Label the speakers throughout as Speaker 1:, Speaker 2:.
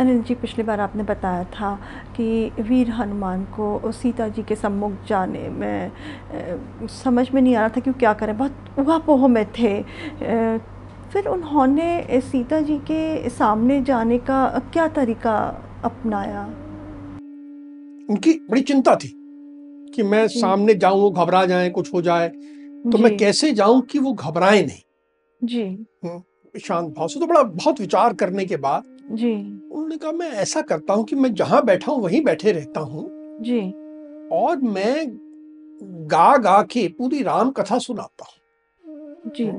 Speaker 1: अनिल जी पिछली बार आपने बताया था कि वीर हनुमान को सीता जी के सम्मुख जाने में अ, समझ में नहीं आ रहा था कि वो क्या करें बहुत उहापोह में थे अ, फिर उन्होंने सीता जी के सामने जाने का क्या तरीका अपनाया
Speaker 2: उनकी बड़ी चिंता थी कि मैं
Speaker 1: जी।
Speaker 2: सामने जाऊं वो घबरा जाए कुछ हो जाए तो मैं
Speaker 1: जी,
Speaker 2: कैसे जाऊं कि वो घबराए नहीं
Speaker 1: जी
Speaker 2: शांत भाव से तो बड़ा बहुत विचार करने के बाद
Speaker 1: जी
Speaker 2: उन्होंने कहा मैं ऐसा करता हूं कि मैं जहां बैठा हूं वहीं बैठे रहता हूं
Speaker 1: जी
Speaker 2: और मैं गा गा के पूरी राम कथा सुनाता हूँ
Speaker 1: जी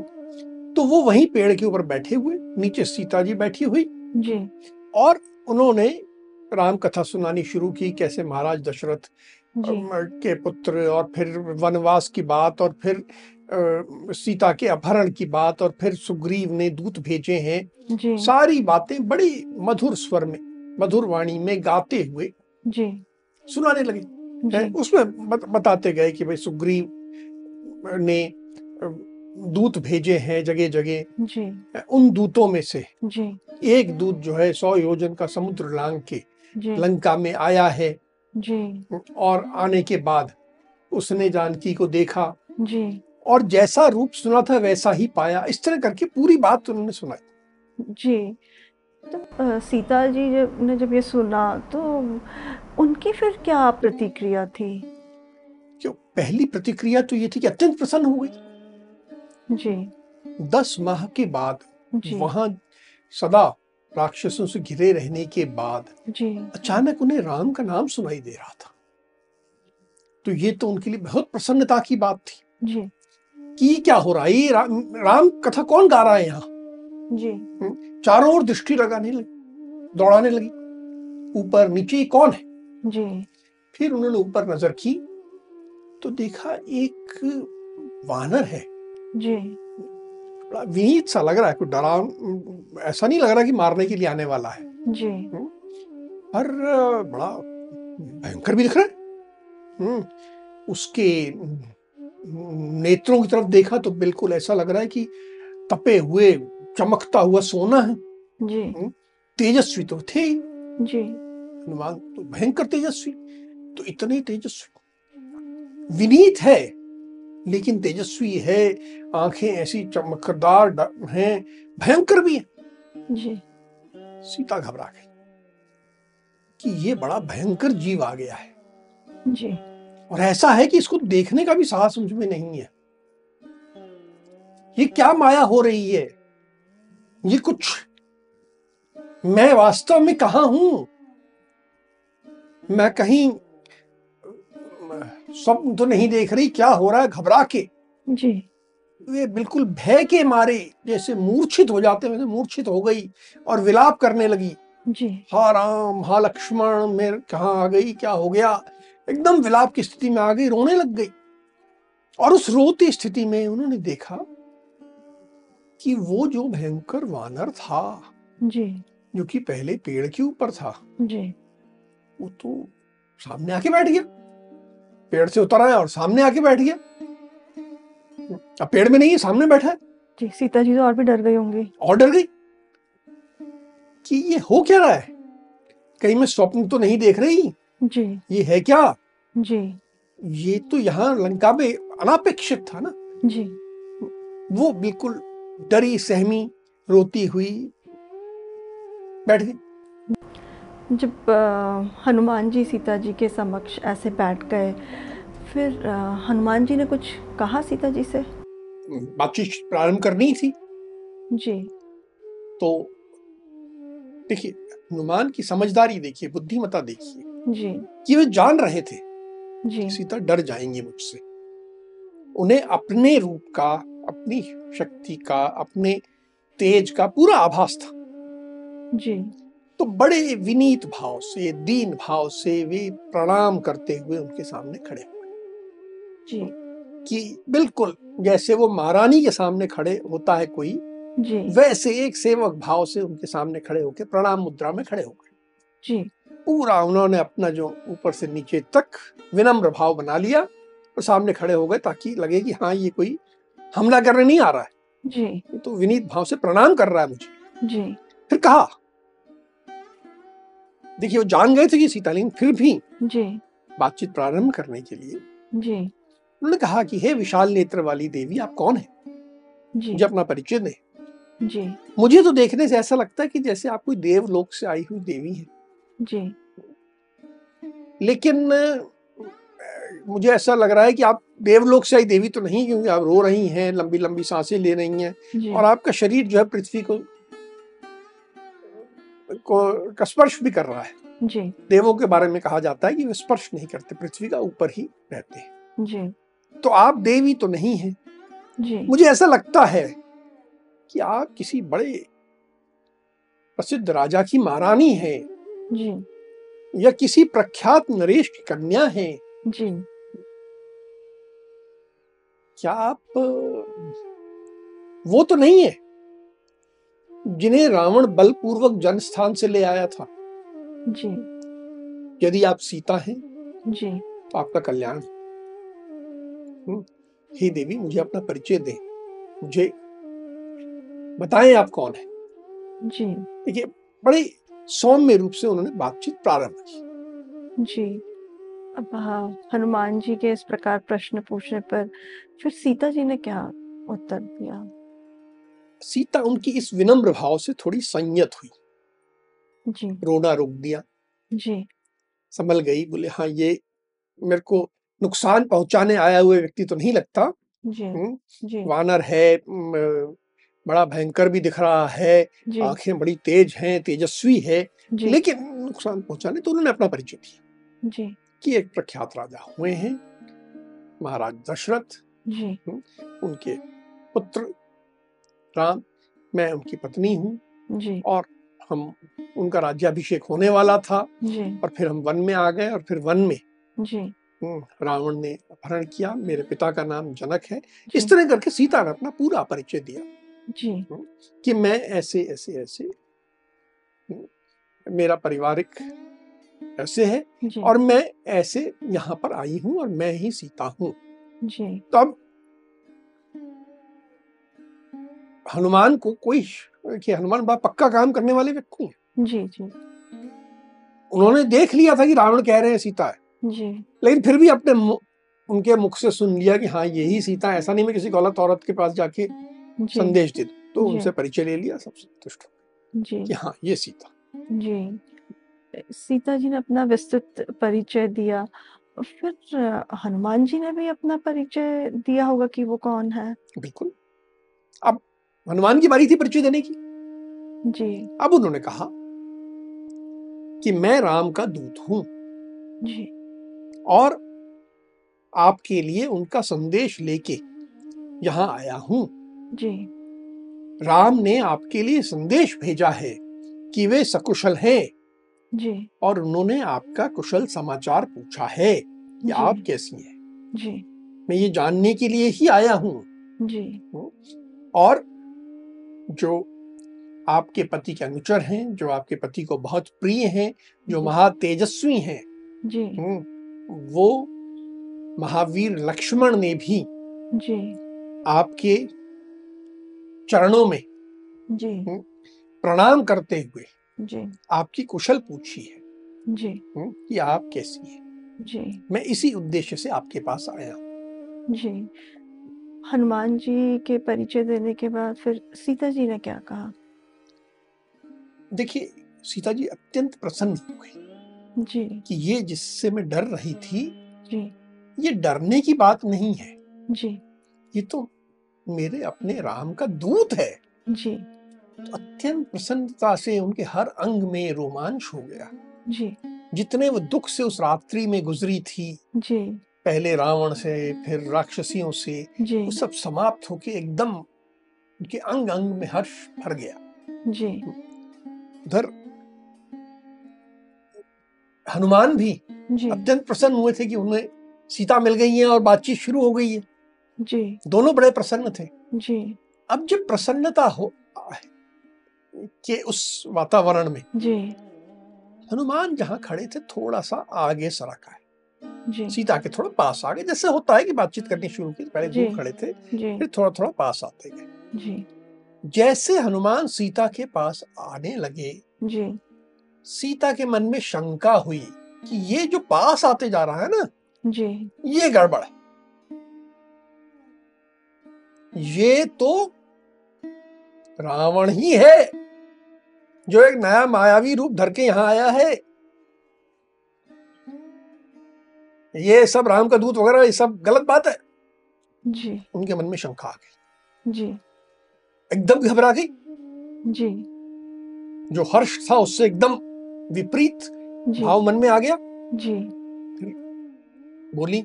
Speaker 2: तो वो वहीं पेड़ के ऊपर बैठे हुए नीचे सीता जी बैठी हुई
Speaker 1: जी
Speaker 2: और उन्होंने राम कथा सुनानी शुरू की कैसे महाराज दशरथ
Speaker 1: जी
Speaker 2: अम, के पुत्र और फिर वनवास की बात और फिर अ, सीता के अपहरण की बात और फिर सुग्रीव ने दूत भेजे हैं
Speaker 1: जी
Speaker 2: सारी बातें बड़ी मधुर स्वर में मधुर वाणी में गाते हुए
Speaker 1: जी
Speaker 2: सुनाने लगे हैं
Speaker 1: जी
Speaker 2: उसमें बत, बताते गए कि भाई सुग्रीव ने अ, दूत भेजे हैं जगह जगह
Speaker 1: जी
Speaker 2: उन दूतों में से
Speaker 1: जी
Speaker 2: एक दूत जो है सौ योजन का समुद्र लांग के
Speaker 1: जी
Speaker 2: लंका में आया है
Speaker 1: जी
Speaker 2: और आने के बाद उसने जानकी को देखा
Speaker 1: जी
Speaker 2: और जैसा रूप सुना था वैसा ही पाया इस तरह करके पूरी बात उन्होंने सुनाई
Speaker 1: जी तो अ, सीता जी जब ने जब ये सुना तो उनकी फिर क्या प्रतिक्रिया थी
Speaker 2: कि पहली प्रतिक्रिया तो ये थी कि अत्यंत प्रसन्न हो गई
Speaker 1: जी
Speaker 2: दस माह के बाद
Speaker 1: जी
Speaker 2: वहां सदा राक्षसों से घिरे रहने के बाद
Speaker 1: जी
Speaker 2: अचानक उन्हें राम का नाम सुनाई दे रहा था तो ये तो उनके लिए बहुत प्रसन्नता की बात थी
Speaker 1: जी
Speaker 2: कि ये क्या हो रहा है ये राम राम कथा कौन गा रहा है यहाँ हम्म,
Speaker 1: जी
Speaker 2: चारों ओर दृष्टि लगाने लगी दौड़ाने लगी ऊपर नीचे ये कौन है
Speaker 1: जी
Speaker 2: फिर उन्होंने ऊपर नजर की तो देखा एक वानर है
Speaker 1: जी
Speaker 2: बड़ा विनीत सा लग रहा है कोई डरा ऐसा नहीं लग रहा कि मारने के लिए आने वाला है
Speaker 1: जी
Speaker 2: पर अ, बड़ा भयंकर भी दिख रहा है हम्म, उसके न- नेत्रों की तरफ देखा तो बिल्कुल ऐसा लग रहा है कि तपे हुए चमकता हुआ सोना है
Speaker 1: जी
Speaker 2: तेजस्वी तो थे ही,
Speaker 1: जी
Speaker 2: हनुमान तो भयंकर तेजस्वी तो इतने तेजस्वी विनीत है लेकिन तेजस्वी है आंखें ऐसी चमकदार ड- हैं भयंकर भी है
Speaker 1: जी
Speaker 2: सीता घबरा गई कि ये बड़ा भयंकर जीव आ गया है
Speaker 1: जी
Speaker 2: और ऐसा है कि इसको देखने का भी साहस मुझ में नहीं है ये क्या माया हो रही है ये कुछ मैं वास्तव में कहाँ हूं मैं कहीं अ, स्वप्न तो नहीं देख रही क्या हो रहा है घबरा के
Speaker 1: जी
Speaker 2: वे बिल्कुल भय के मारे जैसे मूर्छित हो जाते हैं वैसे मूर्छित हो गई और विलाप करने लगी
Speaker 1: जी
Speaker 2: हा राम हा लक्ष्मण मैं कहाँ आ गई क्या हो गया एकदम विलाप की स्थिति में आ गई रोने लग गई और उस रोती स्थिति में उन्होंने देखा कि वो जो भयंकर वानर था
Speaker 1: जी
Speaker 2: जो कि पहले पेड़ के ऊपर था
Speaker 1: जी
Speaker 2: वो तो सामने आके बैठ गया पेड़ से उतर आया और सामने आके बैठ गया अब पेड़ में नहीं है सामने बैठा है
Speaker 1: जी सीता जी तो और भी डर गई होंगी
Speaker 2: और डर गई कि ये हो क्या रहा है कहीं मैं स्वप्न तो नहीं देख रही
Speaker 1: जी
Speaker 2: ये है क्या
Speaker 1: जी
Speaker 2: ये तो यहाँ लंका में अनापेक्षित था ना
Speaker 1: जी
Speaker 2: वो बिल्कुल डरी सहमी रोती हुई बैठ गई
Speaker 1: जब अ, हनुमान जी सीता जी के समक्ष ऐसे बैठ गए फिर अ, हनुमान जी ने कुछ कहा सीता जी से
Speaker 2: बातचीत प्रारंभ करनी ही थी
Speaker 1: जी
Speaker 2: तो देखिए हनुमान की समझदारी देखिए बुद्धिमता देखिए
Speaker 1: जी
Speaker 2: कि वे जान रहे थे
Speaker 1: जी
Speaker 2: सीता डर जाएंगे मुझसे उन्हें अपने रूप का अपनी शक्ति का अपने तेज का पूरा आभास था
Speaker 1: जी
Speaker 2: तो तो बड़े विनीत भाव से दीन भाव से वे प्रणाम करते हुए उनके सामने खड़े हुए
Speaker 1: जी
Speaker 2: कि बिल्कुल जैसे वो महारानी के सामने खड़े होता है कोई
Speaker 1: जी
Speaker 2: वैसे एक सेवक भाव से उनके सामने खड़े होके प्रणाम मुद्रा में खड़े हो गए
Speaker 1: जी
Speaker 2: पूरा उन्होंने अपना जो ऊपर से नीचे तक विनम्र भाव बना लिया और सामने खड़े हो गए ताकि लगे कि हाँ ये कोई हमला करने नहीं आ रहा है
Speaker 1: जी
Speaker 2: ये तो विनीत भाव से प्रणाम कर रहा है मुझे
Speaker 1: जी
Speaker 2: फिर कहा देखिए वो जान गए थे कि सीता लेकिन फिर भी
Speaker 1: जी
Speaker 2: बातचीत प्रारंभ करने के लिए
Speaker 1: जी
Speaker 2: उन्होंने कहा कि हे विशाल नेत्र वाली देवी आप कौन है
Speaker 1: जी
Speaker 2: मुझे अपना परिचय दें
Speaker 1: जी
Speaker 2: मुझे तो देखने से ऐसा लगता है कि जैसे आप कोई देवलोक से आई हुई देवी है
Speaker 1: जी
Speaker 2: लेकिन अ, मुझे ऐसा लग रहा है कि आप देवलोक से आई देवी तो नहीं क्योंकि आप रो रही हैं लंबी लंबी सांसें ले रही हैं
Speaker 1: जी
Speaker 2: और आपका शरीर जो है पृथ्वी को को का स्पर्श भी कर रहा है
Speaker 1: जी
Speaker 2: देवों के बारे में कहा जाता है कि वे स्पर्श नहीं करते पृथ्वी का ऊपर ही रहते हैं
Speaker 1: जी
Speaker 2: तो आप देवी तो नहीं हैं
Speaker 1: जी
Speaker 2: मुझे ऐसा लगता है कि आप किसी बड़े प्रसिद्ध राजा की महारानी हैं
Speaker 1: जी
Speaker 2: या किसी प्रख्यात नरेश की कन्या है
Speaker 1: जी
Speaker 2: क्या आप अ, वो तो नहीं है जिन्हें रावण बलपूर्वक जन्म स्थान से ले आया था
Speaker 1: जी
Speaker 2: यदि आप सीता हैं
Speaker 1: जी
Speaker 2: तो आपका कल्याण है। हम्म, हे देवी मुझे अपना परिचय दें मुझे बताएं आप कौन है
Speaker 1: जी
Speaker 2: देखिए बड़े सौम्य रूप से उन्होंने बातचीत प्रारंभ की
Speaker 1: जी अब हाँ हनुमान जी के इस प्रकार प्रश्न पूछने पर फिर सीता जी ने क्या उत्तर दिया
Speaker 2: सीता उनकी इस विनम्र भाव से थोड़ी संयत हुई
Speaker 1: जी
Speaker 2: रोना रोक दिया
Speaker 1: जी
Speaker 2: संभल गई बोले हाँ ये मेरे को नुकसान पहुंचाने आया हुए व्यक्ति तो नहीं लगता
Speaker 1: जी
Speaker 2: हम्म,
Speaker 1: जी
Speaker 2: वानर है म, बड़ा भयंकर भी दिख रहा है
Speaker 1: जी
Speaker 2: आंखें बड़ी तेज हैं तेजस्वी है
Speaker 1: जी
Speaker 2: लेकिन नुकसान पहुंचाने तो उन्होंने अपना परिचय दिया
Speaker 1: जी
Speaker 2: कि एक प्रख्यात राजा हुए हैं महाराज दशरथ
Speaker 1: जी
Speaker 2: उनके पुत्र राम मैं उनकी पत्नी हूँ
Speaker 1: जी
Speaker 2: हम उनका राज्याभिषेक होने वाला था
Speaker 1: जी
Speaker 2: और फिर हम वन में आ गए और फिर वन में
Speaker 1: जी
Speaker 2: हम्म, रावण ने अपहरण किया मेरे पिता का नाम जनक है
Speaker 1: जी
Speaker 2: इस तरह करके सीता ने अपना पूरा परिचय दिया
Speaker 1: जी
Speaker 2: कि मैं ऐसे ऐसे ऐसे हूँ। मेरा पारिवारिक ऐसे है
Speaker 1: जी
Speaker 2: और मैं ऐसे यहाँ पर आई हूँ और मैं ही सीता हूँ
Speaker 1: जी
Speaker 2: तो अब हनुमान को कोई श- कि हनुमान बड़ा पक्का काम करने वाले व्यक्ति हैं
Speaker 1: जी जी
Speaker 2: उन्होंने देख लिया था कि रावण कह रहे हैं सीता है
Speaker 1: जी
Speaker 2: लेकिन फिर भी अपने मु- उनके मुख से सुन लिया कि हाँ यही सीता है। ऐसा नहीं मैं किसी गलत औरत के पास जाके
Speaker 1: जी
Speaker 2: संदेश दे दूं तो
Speaker 1: जी।
Speaker 2: उनसे परिचय ले लिया सब संतुष्ट हो गए
Speaker 1: जी
Speaker 2: कि हाँ ये सीता
Speaker 1: जी सीता जी ने अपना विस्तृत परिचय दिया फिर अ, हनुमान जी ने भी अपना परिचय दिया होगा कि वो कौन है
Speaker 2: बिल्कुल अब हनुमान की बारी थी परिचय देने की
Speaker 1: जी
Speaker 2: अब उन्होंने कहा कि मैं राम का दूत हूँ
Speaker 1: जी
Speaker 2: और आपके लिए उनका संदेश लेके यहाँ आया हूँ
Speaker 1: जी
Speaker 2: राम ने आपके लिए संदेश भेजा है कि वे सकुशल हैं
Speaker 1: जी
Speaker 2: और उन्होंने आपका कुशल समाचार पूछा है कि
Speaker 1: जी
Speaker 2: आप कैसी हैं
Speaker 1: जी
Speaker 2: मैं ये जानने के लिए ही आया हूँ
Speaker 1: जी
Speaker 2: और जो आपके पति के अनुचर हैं जो आपके पति को बहुत प्रिय हैं जो
Speaker 1: जी।
Speaker 2: महा तेजस्वी हैं
Speaker 1: जी
Speaker 2: हम्म, वो महावीर लक्ष्मण ने भी
Speaker 1: जी
Speaker 2: आपके चरणों में
Speaker 1: जी
Speaker 2: प्रणाम करते हुए
Speaker 1: जी
Speaker 2: आपकी कुशल पूछी है
Speaker 1: जी
Speaker 2: हम्म, कि आप कैसी हैं
Speaker 1: जी
Speaker 2: मैं इसी उद्देश्य से आपके पास आया हूँ
Speaker 1: जी हनुमान जी के परिचय देने के बाद फिर सीता जी ने क्या कहा
Speaker 2: देखिए सीता जी अत्यंत प्रसन्न हो गई
Speaker 1: जी
Speaker 2: कि ये जिससे मैं डर रही थी
Speaker 1: जी
Speaker 2: ये डरने की बात नहीं है
Speaker 1: जी
Speaker 2: ये तो मेरे अपने राम का दूत है
Speaker 1: जी
Speaker 2: तो अत्यंत प्रसन्नता से उनके हर अंग में रोमांच हो गया
Speaker 1: जी
Speaker 2: जितने वो दुख से उस रात्रि में गुजरी थी
Speaker 1: जी
Speaker 2: पहले रावण से फिर राक्षसियों से
Speaker 1: जी
Speaker 2: वो सब समाप्त होके एकदम उनके अंग अंग में हर्ष भर गया
Speaker 1: जी
Speaker 2: उधर हनुमान भी
Speaker 1: जी
Speaker 2: अत्यंत प्रसन्न हुए थे कि उन्हें सीता मिल गई है और बातचीत शुरू हो गई है
Speaker 1: जी
Speaker 2: दोनों बड़े प्रसन्न थे
Speaker 1: जी
Speaker 2: अब जब प्रसन्नता हो के उस वातावरण में
Speaker 1: जी
Speaker 2: हनुमान जहाँ खड़े थे थोड़ा सा आगे सड़क आए
Speaker 1: जी
Speaker 2: सीता के थोड़ा पास आ गए जैसे होता है कि बातचीत करनी शुरू की पहले दूर
Speaker 1: जी।
Speaker 2: खड़े थे
Speaker 1: जी
Speaker 2: फिर थोड़ा थोड़ा पास आते गए
Speaker 1: जी
Speaker 2: जैसे हनुमान सीता के पास आने लगे
Speaker 1: जी
Speaker 2: सीता के मन में शंका हुई कि ये जो पास आते जा रहा है ना
Speaker 1: जी
Speaker 2: ये गड़बड़ है ये तो रावण ही है जो एक नया मायावी रूप धर के यहाँ आया है ये सब राम का दूत वगैरह ये सब गलत बात है
Speaker 1: जी
Speaker 2: उनके मन में शंका आ गई
Speaker 1: जी
Speaker 2: एकदम घबरा गई
Speaker 1: जी
Speaker 2: जो हर्ष था उससे एकदम विपरीत
Speaker 1: जी
Speaker 2: भाव मन में आ गया
Speaker 1: जी
Speaker 2: बोली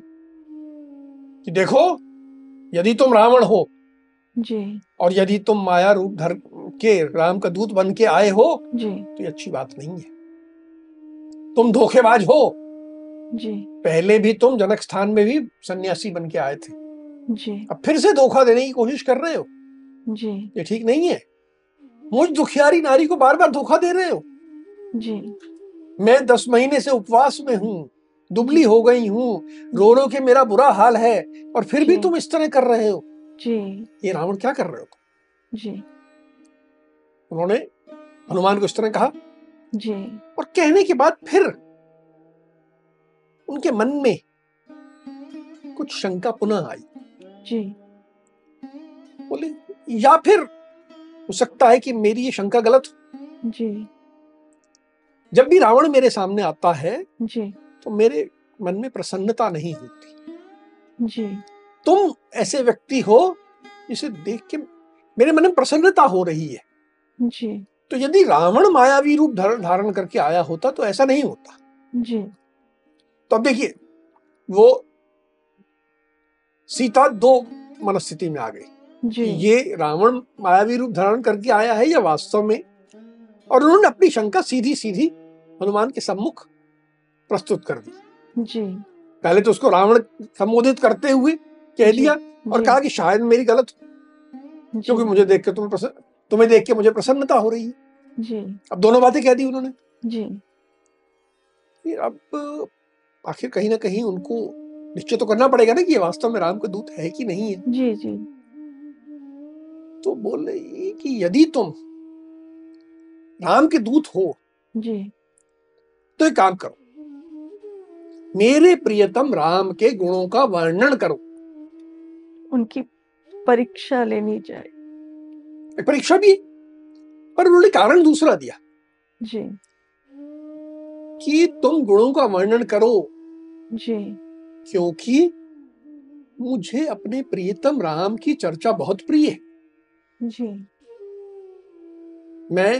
Speaker 2: कि देखो यदि तुम रावण हो
Speaker 1: जी
Speaker 2: और यदि तुम माया रूप धर के राम का दूत बन के आए हो
Speaker 1: जी
Speaker 2: तो ये अच्छी बात नहीं है तुम धोखेबाज हो
Speaker 1: जी
Speaker 2: पहले भी तुम जनक स्थान में भी सन्यासी बन के आए थे
Speaker 1: जी
Speaker 2: अब फिर से धोखा देने की कोशिश कर रहे हो
Speaker 1: जी
Speaker 2: ये ठीक नहीं है मुझ दुखियारी नारी को बार बार धोखा दे रहे हो
Speaker 1: जी
Speaker 2: मैं दस महीने से उपवास में हूँ दुबली हो गई हूँ रो रो के मेरा बुरा हाल है और फिर भी
Speaker 1: जी।
Speaker 2: तुम इस तरह कर रहे हो
Speaker 1: जी
Speaker 2: ये रावण क्या कर रहे हो
Speaker 1: जी
Speaker 2: उन्होंने हनुमान को इस तरह कहा
Speaker 1: जी
Speaker 2: और कहने के बाद फिर उनके मन में कुछ शंका पुनः आई
Speaker 1: जी
Speaker 2: बोले या फिर हो सकता है कि मेरी ये शंका गलत हो।
Speaker 1: जी
Speaker 2: जब भी रावण मेरे सामने आता है
Speaker 1: जी
Speaker 2: तो मेरे मन में प्रसन्नता नहीं होती
Speaker 1: जी
Speaker 2: तुम ऐसे व्यक्ति हो जिसे देख के मेरे मन में प्रसन्नता हो रही है
Speaker 1: जी
Speaker 2: तो यदि रावण मायावी रूप धर, धारण करके आया होता तो ऐसा नहीं होता
Speaker 1: जी
Speaker 2: तो अब देखिए वो सीता दो मनस्थिति में आ गई
Speaker 1: जी
Speaker 2: कि ये रावण मायावी रूप धारण करके आया है या वास्तव में और उन्होंने अपनी शंका सीधी सीधी हनुमान के सम्मुख प्रस्तुत कर दी
Speaker 1: जी
Speaker 2: पहले तो उसको रावण संबोधित करते हुए कह
Speaker 1: जी,
Speaker 2: दिया और
Speaker 1: जी,
Speaker 2: कहा कि शायद मेरी गलत हो,
Speaker 1: जी,
Speaker 2: क्योंकि मुझे देख के तुम्हें प्रसन्न तुम्हें देख के मुझे प्रसन्नता हो रही है
Speaker 1: जी
Speaker 2: अब दोनों बातें कह दी उन्होंने
Speaker 1: जी
Speaker 2: फिर अब आखिर कहीं ना कहीं उनको निश्चय तो करना पड़ेगा ना कि ये वास्तव में राम का दूत है कि नहीं है
Speaker 1: जी जी
Speaker 2: तो बोले ये कि यदि तुम राम के दूत हो
Speaker 1: जी
Speaker 2: तो एक काम करो मेरे प्रियतम राम के गुणों का वर्णन करो
Speaker 1: उनकी परीक्षा लेनी चाहिए
Speaker 2: एक परीक्षा भी है। पर उन्होंने कारण दूसरा दिया
Speaker 1: जी
Speaker 2: कि तुम गुणों का वर्णन करो
Speaker 1: जी
Speaker 2: क्योंकि मुझे अपने प्रियतम राम की चर्चा बहुत प्रिय है
Speaker 1: जी
Speaker 2: मैं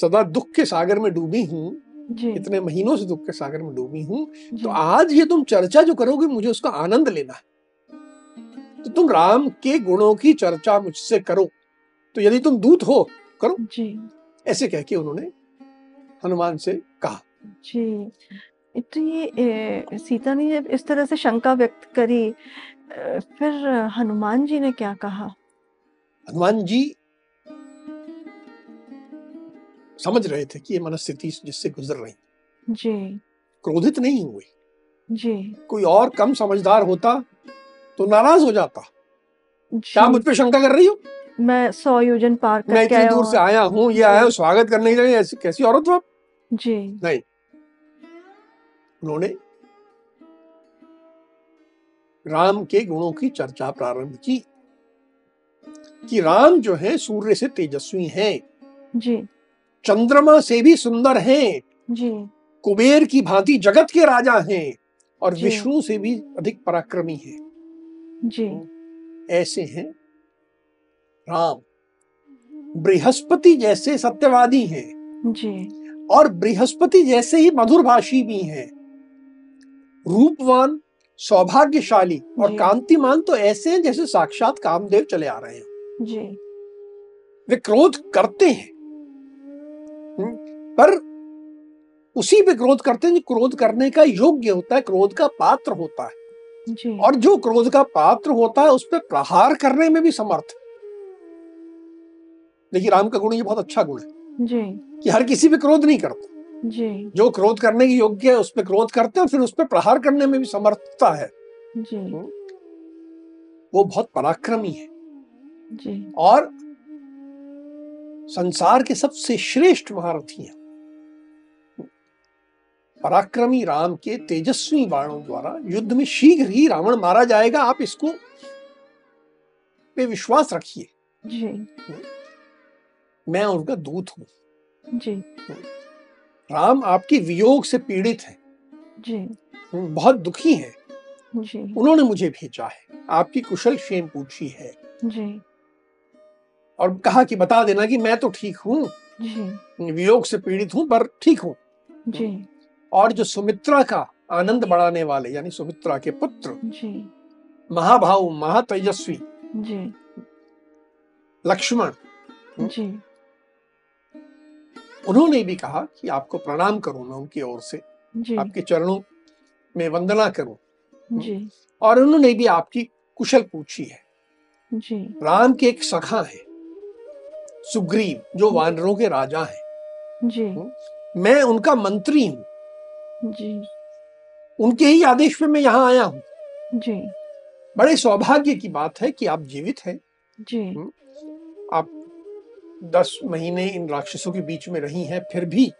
Speaker 2: सदा दुख के सागर में डूबी हूँ
Speaker 1: जी
Speaker 2: इतने महीनों से दुख के सागर में डूबी हूँ
Speaker 1: जी
Speaker 2: तो आज ये तुम चर्चा जो करोगे मुझे उसका आनंद लेना है तो तुम राम के गुणों की चर्चा मुझसे करो तो यदि तुम दूत हो
Speaker 1: जी
Speaker 2: ऐसे कह के उन्होंने हनुमान से कहा
Speaker 1: जी ये तो ये ए, सीता ने जब इस तरह से शंका व्यक्त करी अ, फिर अ, हनुमान जी ने क्या कहा
Speaker 2: हनुमान जी समझ रहे थे कि ये मनस्थिति जिससे गुजर रही
Speaker 1: जी
Speaker 2: क्रोधित नहीं हुए
Speaker 1: जी
Speaker 2: कोई और कम समझदार होता तो नाराज हो जाता क्या मुझ
Speaker 1: जी
Speaker 2: पे शंका कर रही हो
Speaker 1: मैं सौ योजन पार
Speaker 2: मैं
Speaker 1: करके
Speaker 2: इतनी
Speaker 1: आया
Speaker 2: दूर
Speaker 1: हूँ
Speaker 2: से आया हूँ ये
Speaker 1: जी।
Speaker 2: आया हूँ स्वागत करने के लिए ऐसी कैसी औरत हो आप
Speaker 1: जी
Speaker 2: उन्होंने राम के गुणों की चर्चा प्रारंभ की कि राम जो है सूर्य से तेजस्वी हैं
Speaker 1: जी
Speaker 2: चंद्रमा से भी सुंदर हैं
Speaker 1: जी
Speaker 2: कुबेर की भांति जगत के राजा हैं और
Speaker 1: जी।
Speaker 2: विष्णु से भी अधिक पराक्रमी हैं
Speaker 1: जी
Speaker 2: ऐसे हैं राम बृहस्पति जैसे सत्यवादी हैं
Speaker 1: जी
Speaker 2: और बृहस्पति जैसे ही मधुरभाषी भी हैं रूपवान सौभाग्यशाली और
Speaker 1: जी।
Speaker 2: कांतिमान तो ऐसे हैं जैसे साक्षात कामदेव चले आ रहे हैं
Speaker 1: जी
Speaker 2: वे क्रोध करते हैं हम्म, पर उसी पे क्रोध करते हैं जो क्रोध करने का योग्य होता है क्रोध का पात्र होता है
Speaker 1: जी
Speaker 2: और जो क्रोध का पात्र होता है उस पर प्रहार करने में भी समर्थ है। देखिए राम का गुण ये बहुत अच्छा गुण है
Speaker 1: जी
Speaker 2: कि हर किसी पे क्रोध नहीं करता
Speaker 1: जी
Speaker 2: जो क्रोध करने की योग्य है उस पर क्रोध करते हैं और फिर उस पर प्रहार करने में भी समर्थता है
Speaker 1: जी
Speaker 2: वो बहुत पराक्रमी है
Speaker 1: जी
Speaker 2: और संसार के सबसे श्रेष्ठ महारथी हैं पराक्रमी राम के तेजस्वी बाणों द्वारा युद्ध में शीघ्र ही रावण मारा जाएगा आप इसको पे विश्वास रखिए
Speaker 1: जी
Speaker 2: मैं उनका दूत हूं
Speaker 1: जी
Speaker 2: राम आपके वियोग से पीड़ित है
Speaker 1: जी
Speaker 2: बहुत दुखी है
Speaker 1: जी
Speaker 2: उन्होंने मुझे भेजा है आपकी कुशल क्षेम पूछी है
Speaker 1: जी
Speaker 2: और कहा कि बता देना कि मैं तो ठीक हूँ
Speaker 1: जी
Speaker 2: वियोग से पीड़ित हूँ पर ठीक हूँ
Speaker 1: जी
Speaker 2: और जो सुमित्रा का आनंद बढ़ाने वाले यानी सुमित्रा के पुत्र
Speaker 1: जी
Speaker 2: महाभाव महातेजस्वी
Speaker 1: जी
Speaker 2: लक्ष्मण
Speaker 1: जी
Speaker 2: उन्होंने भी कहा कि आपको प्रणाम करूं मैं उनकी ओर से
Speaker 1: जी
Speaker 2: आपके चरणों में वंदना करूं
Speaker 1: जी
Speaker 2: और उन्होंने भी आपकी कुशल पूछी है
Speaker 1: जी
Speaker 2: राम के एक सखा है सुग्रीव जो वानरों के राजा हैं
Speaker 1: जी
Speaker 2: मैं उनका मंत्री हूं
Speaker 1: जी
Speaker 2: उनके ही आदेश पे मैं यहाँ आया हूँ
Speaker 1: जी
Speaker 2: बड़े सौभाग्य की बात है कि आप जीवित हैं
Speaker 1: जी
Speaker 2: आप दस महीने इन राक्षसों के बीच में रही हैं फिर भी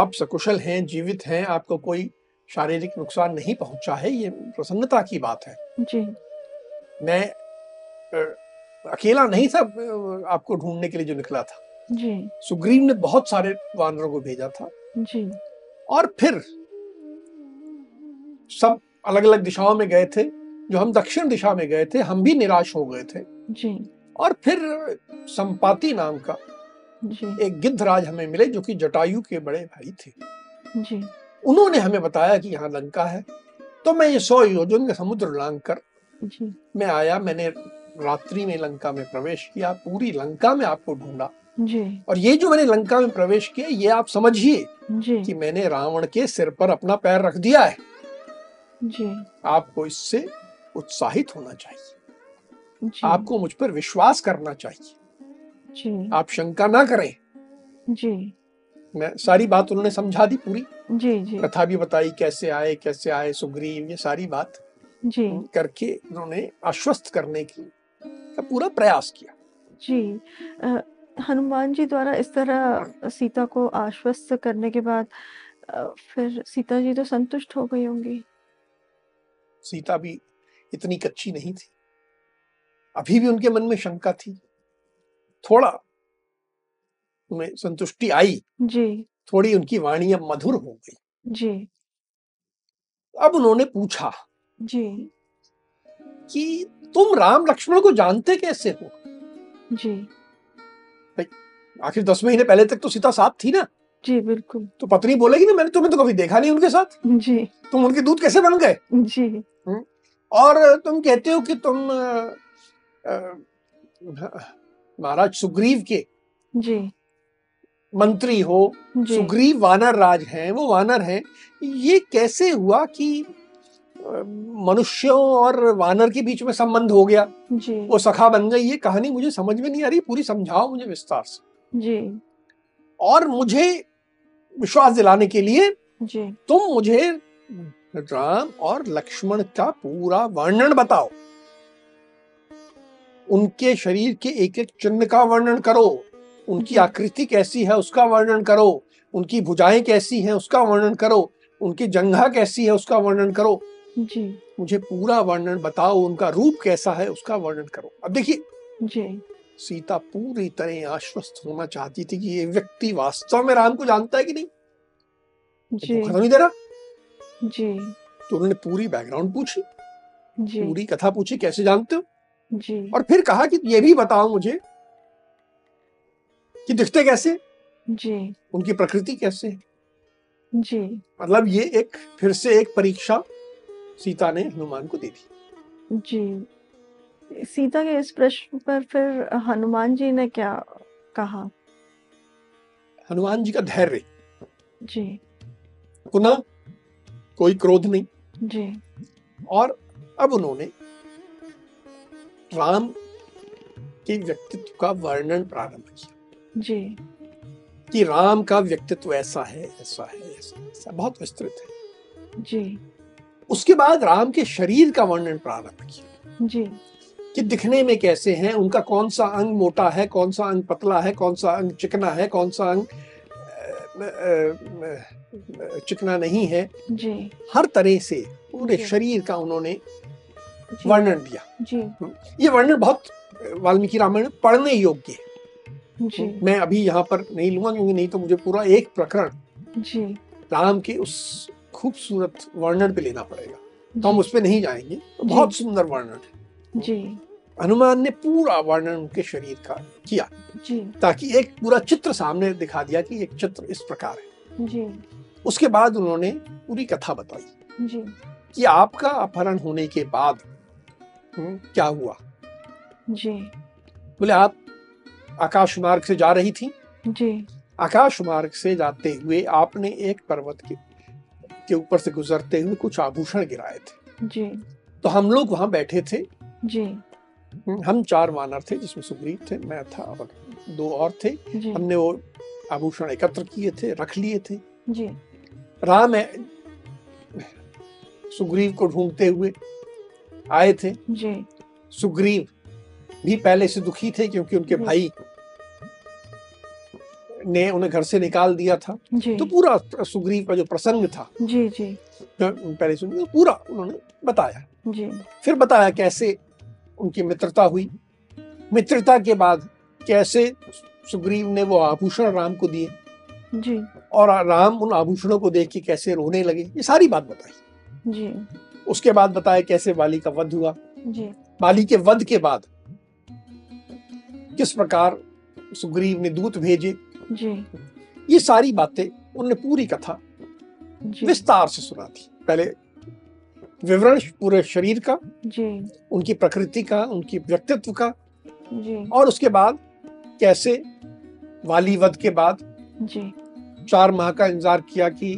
Speaker 2: आप सकुशल हैं जीवित हैं आपको कोई शारीरिक नुकसान नहीं पहुंचा है ये प्रसन्नता की बात है
Speaker 1: जी
Speaker 2: मैं अ, अकेला नहीं था अ, आपको ढूंढने के लिए जो निकला था
Speaker 1: जी
Speaker 2: सुग्रीव ने बहुत सारे वानरों को भेजा था
Speaker 1: जी
Speaker 2: और फिर सब अलग अलग दिशाओं में गए थे जो हम दक्षिण दिशा में गए थे हम भी निराश हो गए थे
Speaker 1: जी
Speaker 2: और फिर संपाति नाम का
Speaker 1: जी
Speaker 2: एक गिद्धराज हमें मिले जो कि जटायु के बड़े भाई थे
Speaker 1: जी
Speaker 2: उन्होंने हमें बताया कि यहाँ लंका है तो मैं ये सौ योजन का समुद्र लांग कर
Speaker 1: जी
Speaker 2: मैं आया मैंने रात्रि में लंका में प्रवेश किया पूरी लंका में आपको ढूंढा
Speaker 1: जी
Speaker 2: और ये जो मैंने लंका में प्रवेश किया ये आप समझिए
Speaker 1: जी
Speaker 2: कि मैंने रावण के सिर पर अपना पैर रख दिया है
Speaker 1: जी
Speaker 2: आपको इससे उत्साहित होना चाहिए
Speaker 1: जी
Speaker 2: आपको मुझ पर विश्वास करना चाहिए
Speaker 1: जी
Speaker 2: आप शंका ना करें
Speaker 1: जी
Speaker 2: मैं सारी बात उन्होंने समझा दी पूरी
Speaker 1: जी जी
Speaker 2: कथा भी बताई कैसे आए कैसे आए सुग्रीव ये सारी बात
Speaker 1: जी
Speaker 2: करके उन्होंने आश्वस्त करने की का पूरा प्रयास किया
Speaker 1: जी अ, हनुमान जी द्वारा इस तरह सीता को आश्वस्त करने के बाद अ, फिर सीता जी तो संतुष्ट हो गई होंगी
Speaker 2: सीता भी इतनी कच्ची नहीं थी अभी भी उनके मन में शंका थी थोड़ा उन्हें संतुष्टि आई
Speaker 1: जी
Speaker 2: थोड़ी उनकी वाणी अब मधुर हो गई
Speaker 1: जी
Speaker 2: अब उन्होंने पूछा
Speaker 1: जी
Speaker 2: कि तुम राम लक्ष्मण को जानते कैसे हो
Speaker 1: जी
Speaker 2: आखिर दस महीने पहले तक तो सीता साथ थी ना
Speaker 1: जी बिल्कुल
Speaker 2: तो पत्नी बोलेगी ना मैंने तुम्हें तो कभी देखा नहीं उनके साथ
Speaker 1: जी
Speaker 2: तुम उनके दूध कैसे बन गए
Speaker 1: जी
Speaker 2: और तुम कहते हो कि तुम अ, अ, महाराज सुग्रीव के
Speaker 1: जी
Speaker 2: मंत्री हो
Speaker 1: जी
Speaker 2: सुग्रीव वानर राज हैं वो वानर हैं ये कैसे हुआ कि अ, मनुष्यों और वानर के बीच में संबंध हो गया
Speaker 1: जी
Speaker 2: वो सखा बन गई ये कहानी मुझे समझ में नहीं आ रही पूरी समझाओ मुझे विस्तार से
Speaker 1: जी
Speaker 2: और मुझे विश्वास दिलाने के लिए
Speaker 1: जी
Speaker 2: तुम मुझे राम और लक्ष्मण का पूरा वर्णन बताओ उनके शरीर के एक एक चिन्ह का वर्णन करो उनकी
Speaker 1: जी।
Speaker 2: आकृति कैसी है उसका वर्णन करो उनकी भुजाएं कैसी हैं उसका वर्णन करो उनकी जंघा कैसी है उसका वर्णन करो
Speaker 1: जी
Speaker 2: मुझे पूरा वर्णन बताओ उनका रूप कैसा है उसका वर्णन करो अब देखिए
Speaker 1: जी
Speaker 2: सीता पूरी तरह आश्वस्त होना चाहती थी कि ये व्यक्ति वास्तव में राम को जानता है कि नहीं
Speaker 1: जी
Speaker 2: धोखा तो नहीं दे रहा
Speaker 1: जी
Speaker 2: तो उन्होंने पूरी बैकग्राउंड पूछी
Speaker 1: जी
Speaker 2: पूरी कथा पूछी कैसे जानते हो
Speaker 1: जी
Speaker 2: और फिर कहा कि ये भी बताओ मुझे कि दिखते कैसे
Speaker 1: जी
Speaker 2: उनकी प्रकृति कैसे है
Speaker 1: जी
Speaker 2: मतलब ये एक फिर से एक परीक्षा सीता ने हनुमान को दे दी
Speaker 1: जी सीता के इस प्रश्न पर फिर हनुमान जी ने क्या कहा
Speaker 2: हनुमान जी का धैर्य
Speaker 1: जी
Speaker 2: पुनः कोई क्रोध नहीं
Speaker 1: जी
Speaker 2: और अब उन्होंने राम के व्यक्तित्व का वर्णन प्रारंभ किया
Speaker 1: जी
Speaker 2: कि राम का व्यक्तित्व ऐसा है ऐसा है ऐसा है, ऐसा है। बहुत विस्तृत है
Speaker 1: जी
Speaker 2: उसके बाद राम के शरीर का वर्णन प्रारंभ किया
Speaker 1: जी
Speaker 2: कि दिखने में कैसे हैं उनका कौन सा अंग मोटा है कौन सा अंग पतला है कौन सा अंग चिकना है कौन सा अंग अ, अ, अ, अ, चिकना नहीं है
Speaker 1: जी
Speaker 2: हर तरह से पूरे
Speaker 1: जी।
Speaker 2: शरीर का उन्होंने
Speaker 1: जी
Speaker 2: वर्णन दिया
Speaker 1: जी
Speaker 2: ये वर्णन बहुत वाल्मीकि रामायण में पढ़ने योग्य है
Speaker 1: जी
Speaker 2: मैं अभी यहाँ पर नहीं लूंगा क्योंकि नहीं तो मुझे पूरा एक प्रकरण
Speaker 1: जी
Speaker 2: राम के उस खूबसूरत वर्णन पे लेना पड़ेगा तो हम
Speaker 1: जी
Speaker 2: उस पर नहीं जाएंगे तो
Speaker 1: जी।
Speaker 2: बहुत सुंदर वर्णन है
Speaker 1: जी
Speaker 2: हनुमान ने पूरा वर्णन उनके शरीर का किया
Speaker 1: जी
Speaker 2: ताकि एक पूरा चित्र सामने दिखा दिया कि एक चित्र इस प्रकार है
Speaker 1: जी
Speaker 2: उसके बाद उन्होंने पूरी कथा बताई
Speaker 1: जी
Speaker 2: कि आपका अपहरण होने के बाद हम्म, क्या हुआ
Speaker 1: जी
Speaker 2: बोले आप आकाश मार्ग से जा रही थी
Speaker 1: जी
Speaker 2: आकाश मार्ग से जाते हुए आपने एक पर्वत के के ऊपर से गुजरते हुए कुछ आभूषण गिराए थे
Speaker 1: जी
Speaker 2: तो हम लोग वहां बैठे थे हम्म,
Speaker 1: जी
Speaker 2: हम चार वानर थे जिसमें सुग्रीव थे मैं था और दो और थे
Speaker 1: जी
Speaker 2: हमने वो आभूषण एकत्र किए थे रख लिए थे
Speaker 1: जी
Speaker 2: राम है, सुग्रीव को ढूंढते हुए आए थे
Speaker 1: जी
Speaker 2: सुग्रीव भी पहले से दुखी थे क्योंकि उनके
Speaker 1: जी।
Speaker 2: भाई ने उन्हें घर से निकाल दिया था
Speaker 1: जी
Speaker 2: तो पूरा सुग्रीव का जो प्रसंग था
Speaker 1: जी जी
Speaker 2: पहले सुन लिया, पूरा उन्होंने बताया
Speaker 1: जी
Speaker 2: फिर बताया कैसे उनकी मित्रता हुई मित्रता के बाद कैसे सुग्रीव ने वो आभूषण राम को दिए
Speaker 1: जी
Speaker 2: और राम उन आभूषणों को देख के कैसे रोने लगे ये सारी बात बताई
Speaker 1: जी
Speaker 2: उसके बाद बताया कैसे बाली का वध हुआ
Speaker 1: जी
Speaker 2: बाली के वध के बाद किस प्रकार सुग्रीव ने दूत भेजे
Speaker 1: जी
Speaker 2: ये सारी बातें उनने पूरी कथा
Speaker 1: जी
Speaker 2: विस्तार से सुना थी पहले विवरण पूरे शरीर का
Speaker 1: जी
Speaker 2: उनकी प्रकृति का उनकी व्यक्तित्व का
Speaker 1: जी
Speaker 2: और उसके बाद कैसे वाली वध के बाद
Speaker 1: जी
Speaker 2: चार माह का इंतजार किया कि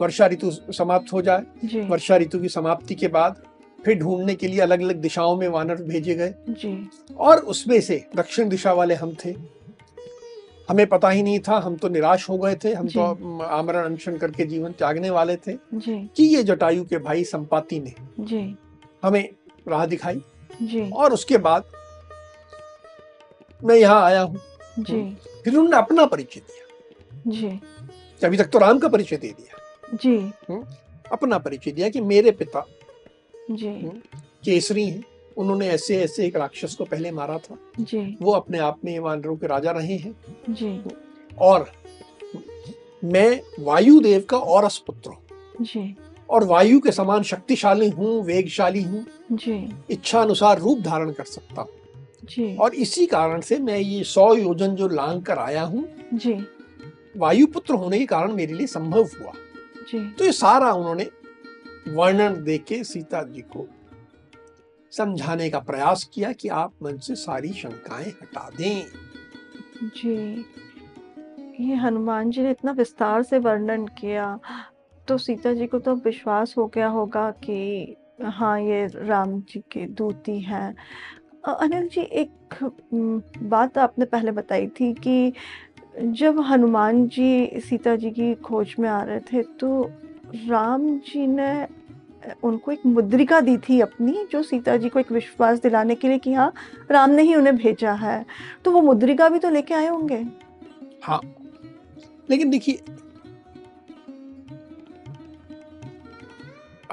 Speaker 2: वर्षा ऋतु समाप्त हो जाए
Speaker 1: जी
Speaker 2: वर्षा ऋतु की समाप्ति के बाद फिर ढूंढने के लिए अलग अलग दिशाओं में वानर भेजे गए
Speaker 1: जी
Speaker 2: और उसमें से दक्षिण दिशा वाले हम थे हमें पता ही नहीं था हम तो निराश हो गए थे हम
Speaker 1: जी।
Speaker 2: तो अम, आमरण अनशन करके जीवन त्यागने वाले थे
Speaker 1: जी
Speaker 2: कि ये जटायु के भाई संपाति ने
Speaker 1: जी
Speaker 2: हमें राह दिखाई
Speaker 1: जी
Speaker 2: और उसके बाद मैं यहाँ आया हूँ
Speaker 1: जी
Speaker 2: फिर उन्होंने अपना परिचय दिया
Speaker 1: जी
Speaker 2: कि अभी तक तो राम का परिचय दे दिया
Speaker 1: जी
Speaker 2: अपना परिचय दिया कि मेरे पिता
Speaker 1: जी
Speaker 2: केसरी हैं उन्होंने ऐसे ऐसे एक राक्षस को पहले मारा था
Speaker 1: जी
Speaker 2: वो अपने आप में ये वानरों के राजा रहे हैं
Speaker 1: जी
Speaker 2: और मैं वायुदेव का औरस पुत्र हूँ
Speaker 1: जी
Speaker 2: और वायु के समान शक्तिशाली हूँ वेगशाली हूँ
Speaker 1: जी
Speaker 2: इच्छा अनुसार रूप धारण कर सकता हूँ
Speaker 1: जी
Speaker 2: और इसी कारण से मैं ये सौ योजन जो लांग कर आया हूँ
Speaker 1: जी
Speaker 2: वायुपुत्र होने के कारण मेरे लिए संभव हुआ
Speaker 1: जी
Speaker 2: तो ये सारा उन्होंने वर्णन दे के सीता जी को समझाने का प्रयास किया कि आप मन से सारी शंकाएं हटा दें
Speaker 1: जी ये हनुमान जी ने इतना विस्तार से वर्णन किया तो सीता जी को तो अब विश्वास हो गया होगा कि हाँ ये राम जी के दूत ही हैं अ- अनिल जी एक म, बात आपने पहले बताई थी कि जब हनुमान जी सीता जी की खोज में आ रहे थे तो राम जी ने अ, उनको एक मुद्रिका दी थी अपनी जो सीता जी को एक विश्वास दिलाने के लिए कि हाँ राम ने ही उन्हें भेजा है तो वो मुद्रिका भी तो लेके आए होंगे
Speaker 2: हाँ लेकिन देखिए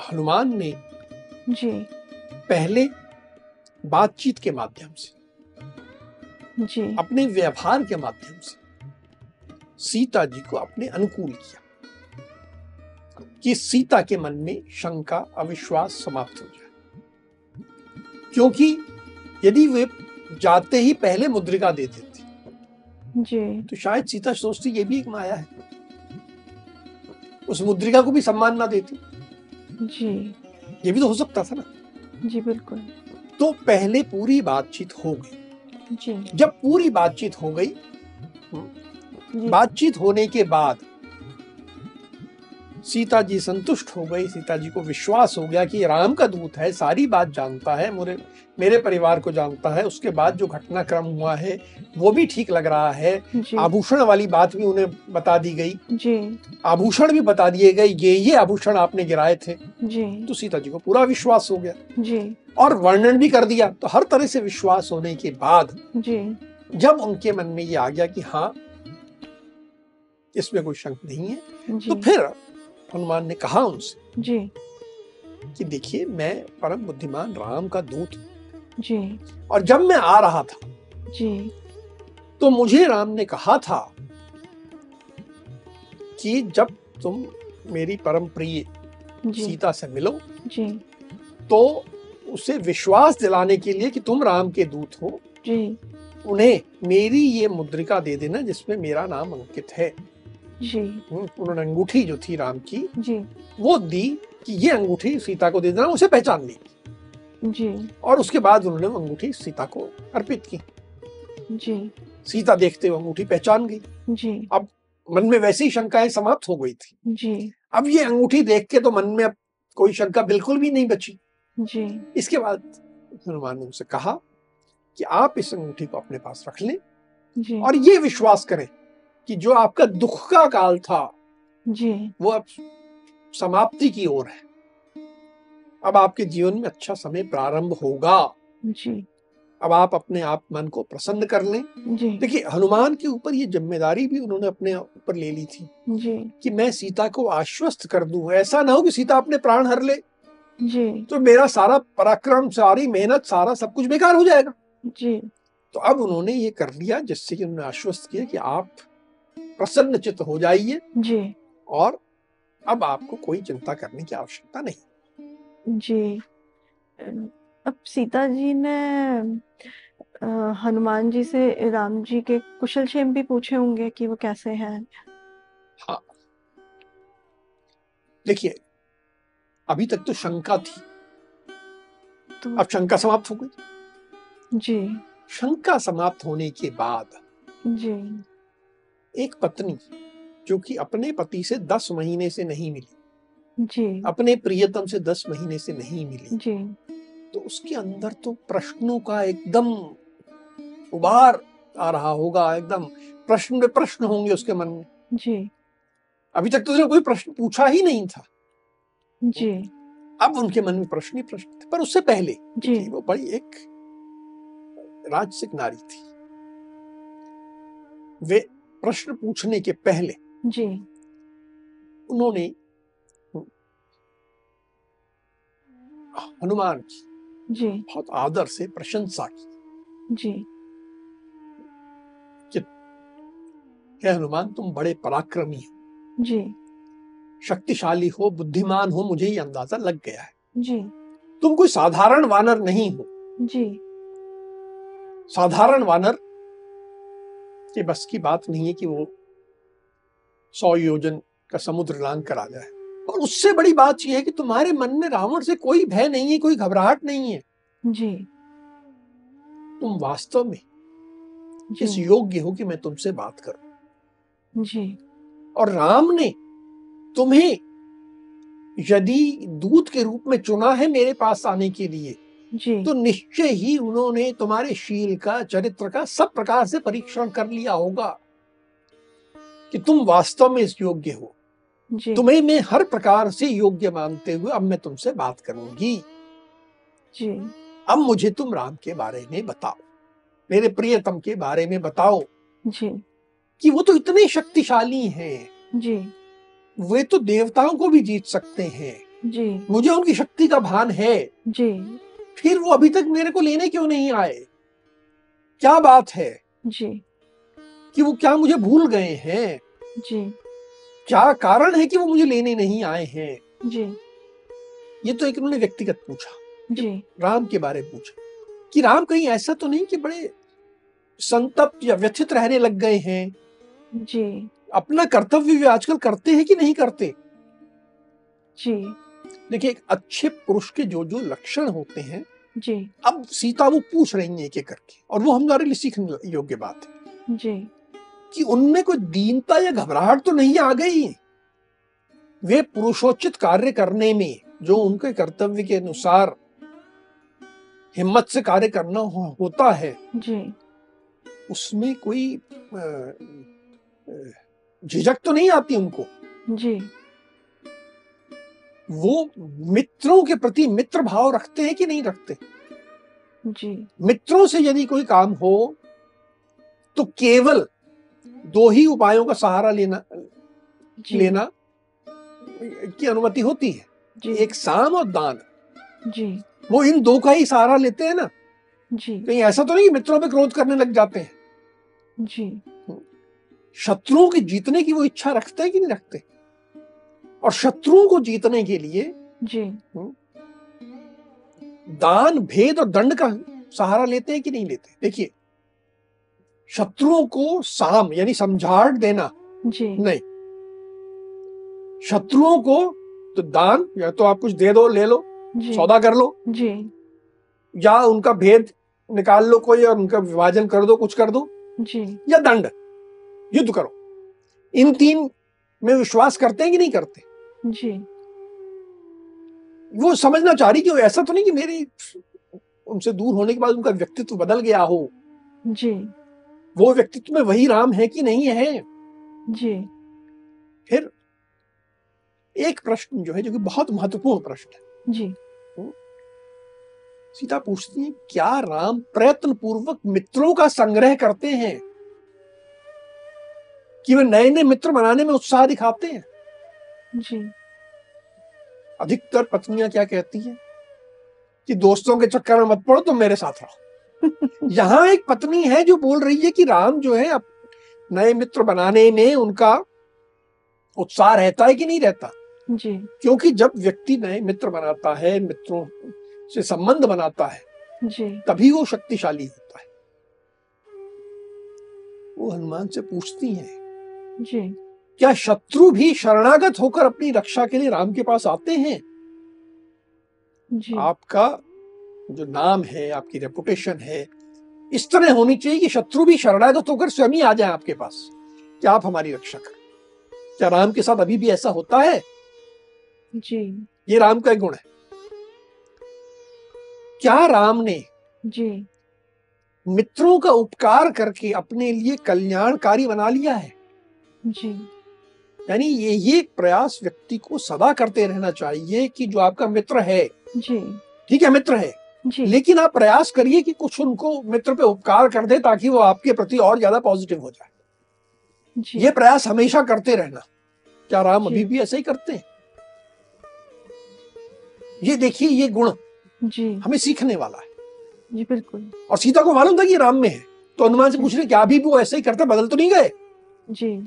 Speaker 2: हनुमान ने
Speaker 1: जी
Speaker 2: पहले बातचीत के माध्यम से
Speaker 1: जी
Speaker 2: अपने व्यवहार के माध्यम से सीता जी को अपने अनुकूल किया कि सीता के मन में शंका अविश्वास समाप्त हो जाए क्योंकि यदि वे जाते ही पहले मुद्रिका दे देते
Speaker 1: जी
Speaker 2: तो शायद सीता सोचती ये भी एक माया है उस मुद्रिका को भी सम्मान ना देती
Speaker 1: जी
Speaker 2: ये भी तो हो सकता था ना
Speaker 1: जी बिल्कुल
Speaker 2: तो पहले पूरी बातचीत हो गई
Speaker 1: जी
Speaker 2: जब पूरी बातचीत हो गई
Speaker 1: जी
Speaker 2: हम्म। बातचीत होने के बाद सीता जी संतुष्ट हो गई सीता जी को विश्वास हो गया कि ये राम का दूत है सारी बात जानता है मेरे मेरे परिवार को जानता है उसके बाद जो घटनाक्रम हुआ है वो भी ठीक लग रहा है
Speaker 1: जी
Speaker 2: आभूषण वाली बात भी उन्हें बता दी गई
Speaker 1: जी
Speaker 2: आभूषण भी बता दिए गए ये ये आभूषण आपने गिराए थे
Speaker 1: जी
Speaker 2: तो सीता जी को पूरा विश्वास हो गया
Speaker 1: जी
Speaker 2: और वर्णन भी कर दिया तो हर तरह से विश्वास होने के बाद
Speaker 1: जी
Speaker 2: जब उनके मन में ये आ गया कि हाँ इसमें कोई शंक नहीं है
Speaker 1: जी
Speaker 2: तो फिर हनुमान ने कहा उनसे
Speaker 1: जी
Speaker 2: कि देखिए मैं परम बुद्धिमान राम का दूत हूं।
Speaker 1: जी
Speaker 2: और जब मैं आ रहा था
Speaker 1: जी
Speaker 2: तो मुझे राम ने कहा था कि जब तुम मेरी परम प्रिय
Speaker 1: जी
Speaker 2: सीता से मिलो
Speaker 1: जी
Speaker 2: तो उसे विश्वास दिलाने के लिए कि तुम राम के दूत हो
Speaker 1: जी
Speaker 2: उन्हें मेरी ये मुद्रिका दे देना जिसमें मेरा नाम अंकित है
Speaker 1: जी
Speaker 2: हम्म, उन्होंने अंगूठी जो थी राम की
Speaker 1: जी
Speaker 2: वो दी कि ये अंगूठी सीता को दे देना उसे पहचान ली
Speaker 1: जी
Speaker 2: और उसके बाद उन्होंने वो अंगूठी सीता को अर्पित की
Speaker 1: जी
Speaker 2: सीता देखते हुए अंगूठी पहचान गई
Speaker 1: जी
Speaker 2: मन में वैसी ही शंकाएं समाप्त हो गई थी
Speaker 1: जी
Speaker 2: अब ये अंगूठी देख के तो मन में अब कोई शंका बिल्कुल भी नहीं बची
Speaker 1: जी
Speaker 2: इसके बाद हनुमान ने उनसे कहा कि आप इस अंगूठी को अपने पास रख लें
Speaker 1: जी
Speaker 2: और ये विश्वास करें कि जो आपका दुख का काल था
Speaker 1: जी
Speaker 2: वो अब समाप्ति की ओर है अब आपके जीवन में अच्छा समय प्रारंभ होगा
Speaker 1: जी
Speaker 2: अब आप अपने आप मन को प्रसन्न कर लें
Speaker 1: जी
Speaker 2: देखिए हनुमान के ऊपर ये जिम्मेदारी भी उन्होंने अपने ऊपर ले ली थी
Speaker 1: जी
Speaker 2: कि मैं सीता को आश्वस्त कर दूं ऐसा ना हो कि सीता अपने प्राण हर ले
Speaker 1: जी
Speaker 2: तो मेरा सारा पराक्रम सारी मेहनत सारा सब कुछ बेकार हो जाएगा
Speaker 1: जी
Speaker 2: तो अब उन्होंने ये कर लिया जिससे कि उन्होंने आश्वस्त किया कि आप प्रसन्न चित्त हो जाइए
Speaker 1: जी
Speaker 2: और अब आपको कोई चिंता करने की आवश्यकता नहीं
Speaker 1: जी अब सीता जी ने अ, हनुमान जी से राम जी के कुशल क्षेम भी पूछे होंगे कि वो कैसे हैं
Speaker 2: हाँ देखिए अभी तक तो शंका थी
Speaker 1: तो
Speaker 2: अब शंका समाप्त हो गई
Speaker 1: जी
Speaker 2: शंका समाप्त होने के बाद
Speaker 1: जी
Speaker 2: एक पत्नी जो कि अपने पति से दस महीने से नहीं मिली
Speaker 1: जी
Speaker 2: अपने प्रियतम से दस महीने से नहीं मिली
Speaker 1: जी
Speaker 2: तो उसके अंदर तो प्रश्नों का एकदम उबार आ रहा होगा एकदम प्रश्न पे प्रश्न होंगे उसके मन में
Speaker 1: जी
Speaker 2: अभी तक तो उसने कोई प्रश्न पूछा ही नहीं था
Speaker 1: जी
Speaker 2: अब उनके मन में प्रश्न ही प्रश्न थे पर उससे पहले
Speaker 1: जी
Speaker 2: कि वो बड़ी एक राजसिक नारी थी वे प्रश्न पूछने के पहले
Speaker 1: जी
Speaker 2: उन्होंने हनुमान की
Speaker 1: जी
Speaker 2: बहुत आदर से प्रशंसा की
Speaker 1: जी
Speaker 2: हे हनुमान तुम बड़े पराक्रमी हो
Speaker 1: जी
Speaker 2: शक्तिशाली हो बुद्धिमान हो मुझे ये अंदाजा लग गया है
Speaker 1: जी
Speaker 2: तुम कोई साधारण वानर नहीं हो
Speaker 1: जी
Speaker 2: साधारण वानर के बस की बात नहीं है कि वो सौ योजन का समुद्र लांग कर आ जाए और उससे बड़ी बात यह है कि तुम्हारे मन में रावण से कोई भय नहीं है कोई घबराहट नहीं है
Speaker 1: जी
Speaker 2: तुम वास्तव में
Speaker 1: जी
Speaker 2: इस योग्य हो कि मैं तुमसे बात करूं
Speaker 1: जी
Speaker 2: और राम ने तुम्हें यदि दूत के रूप में चुना है मेरे पास आने के लिए
Speaker 1: जी
Speaker 2: तो निश्चय ही उन्होंने तुम्हारे शील का चरित्र का सब प्रकार से परीक्षण कर लिया होगा कि तुम वास्तव में इस योग्य हो
Speaker 1: जी
Speaker 2: तुम्हें मैं हर प्रकार से योग्य मानते हुए अब मैं तुमसे बात करूंगी
Speaker 1: जी
Speaker 2: अब मुझे तुम राम के बारे में बताओ मेरे प्रियतम के बारे में बताओ
Speaker 1: जी
Speaker 2: कि वो तो इतने शक्तिशाली हैं
Speaker 1: जी
Speaker 2: वे तो देवताओं को भी जीत सकते हैं
Speaker 1: जी
Speaker 2: मुझे उनकी शक्ति का भान है
Speaker 1: जी
Speaker 2: फिर वो अभी तक मेरे को लेने क्यों नहीं आए क्या बात है
Speaker 1: जी
Speaker 2: कि वो क्या मुझे भूल गए हैं
Speaker 1: जी
Speaker 2: क्या कारण है कि वो मुझे लेने नहीं आए हैं
Speaker 1: जी
Speaker 2: ये तो एक उन्होंने व्यक्तिगत पूछा
Speaker 1: जी
Speaker 2: राम के बारे में पूछा कि राम कहीं ऐसा तो नहीं कि बड़े संतप्त या व्यथित रहने लग गए हैं
Speaker 1: जी
Speaker 2: अपना कर्तव्य भी आजकल करते हैं कि नहीं करते
Speaker 1: जी
Speaker 2: देखिए एक अच्छे पुरुष के जो जो लक्षण होते हैं
Speaker 1: जी
Speaker 2: अब सीता वो पूछ रही हैं एक एक करके और वो हमारे लिए सीखने योग्य बात है
Speaker 1: जी
Speaker 2: कि उनमें कोई दीनता या घबराहट तो नहीं आ गई वे पुरुषोचित कार्य करने में जो उनके कर्तव्य के अनुसार हिम्मत से कार्य करना हो, होता है
Speaker 1: जी
Speaker 2: उसमें कोई अ, अ, झिझक तो नहीं आती उनको
Speaker 1: जी
Speaker 2: वो मित्रों के प्रति मित्र भाव रखते हैं कि नहीं रखते
Speaker 1: जी
Speaker 2: मित्रों से यदि कोई काम हो तो केवल दो ही उपायों का सहारा लेना
Speaker 1: जी
Speaker 2: लेना की अनुमति होती है
Speaker 1: जी
Speaker 2: एक साम और दान
Speaker 1: जी
Speaker 2: वो इन दो का ही सहारा लेते हैं ना
Speaker 1: जी
Speaker 2: कहीं ऐसा तो नहीं कि मित्रों पे क्रोध करने लग जाते हैं
Speaker 1: जी
Speaker 2: शत्रुओं के जीतने की वो इच्छा रखते हैं कि नहीं रखते और शत्रुओं को जीतने के लिए
Speaker 1: जी
Speaker 2: दान भेद और दंड का सहारा लेते हैं कि नहीं लेते देखिए शत्रुओं को साम यानी समझाट देना
Speaker 1: जी
Speaker 2: नहीं शत्रुओं को तो दान या तो आप कुछ दे दो ले लो
Speaker 1: जी
Speaker 2: सौदा कर लो
Speaker 1: जी
Speaker 2: या उनका भेद निकाल लो कोई और उनका विभाजन कर दो कुछ कर दो
Speaker 1: जी
Speaker 2: या दंड युद्ध करो इन तीन में विश्वास करते हैं कि नहीं करते
Speaker 1: जी
Speaker 2: वो समझना चाह रही कि वो ऐसा तो नहीं कि मेरे उनसे दूर होने के बाद उनका व्यक्तित्व बदल गया हो
Speaker 1: जी
Speaker 2: वो व्यक्तित्व में वही राम है कि नहीं है
Speaker 1: जी
Speaker 2: एक प्रश्न जो है जो कि बहुत महत्वपूर्ण प्रश्न है
Speaker 1: जी
Speaker 2: सीता पूछती है क्या राम प्रयत्न पूर्वक मित्रों का संग्रह करते हैं कि वे नए नए मित्र बनाने में उत्साह दिखाते हैं
Speaker 1: जी
Speaker 2: अधिकतर पत्नियां क्या कहती हैं कि दोस्तों के चक्कर में मत पड़ो तुम मेरे साथ रहो यहाँ एक पत्नी है जो बोल रही है कि राम जो है अप- नए मित्र बनाने में उनका उत्साह रहता है कि नहीं रहता
Speaker 1: जी
Speaker 2: क्योंकि जब व्यक्ति नए मित्र बनाता है मित्रों से संबंध बनाता है
Speaker 1: जी
Speaker 2: तभी वो शक्तिशाली होता है वो हनुमान से पूछती है
Speaker 1: जी
Speaker 2: क्या शत्रु भी शरणागत होकर अपनी रक्षा के लिए राम के पास आते हैं
Speaker 1: जी
Speaker 2: आपका जो नाम है आपकी रेपुटेशन है इस तरह होनी चाहिए कि शत्रु भी शरणागत होकर स्वयं ही आ जाए आपके पास कि आप हमारी रक्षा करें क्या राम के साथ अभी भी ऐसा होता है
Speaker 1: जी
Speaker 2: ये राम का एक गुण है क्या राम ने
Speaker 1: जी
Speaker 2: मित्रों का उपकार करके अपने लिए कल्याणकारी बना लिया है
Speaker 1: जी
Speaker 2: यानी ये ये प्रयास व्यक्ति को सदा करते रहना चाहिए कि जो आपका मित्र है
Speaker 1: जी
Speaker 2: ठीक है मित्र है
Speaker 1: जी
Speaker 2: लेकिन आप प्रयास करिए कि कुछ उनको मित्र पे उपकार कर दे ताकि वो आपके प्रति और ज्यादा पॉजिटिव हो जाए
Speaker 1: जी
Speaker 2: ये प्रयास हमेशा करते रहना क्या राम
Speaker 1: जी।
Speaker 2: अभी भी ऐसे ही करते हैं ये देखिए ये गुण
Speaker 1: जी
Speaker 2: हमें सीखने वाला है
Speaker 1: जी बिल्कुल
Speaker 2: और सीता को मालूम था कि ये राम में है तो हनुमान से
Speaker 1: जी।
Speaker 2: पूछ रहे क्या अभी भी वो ऐसे ही करते बदल तो नहीं गए
Speaker 1: जी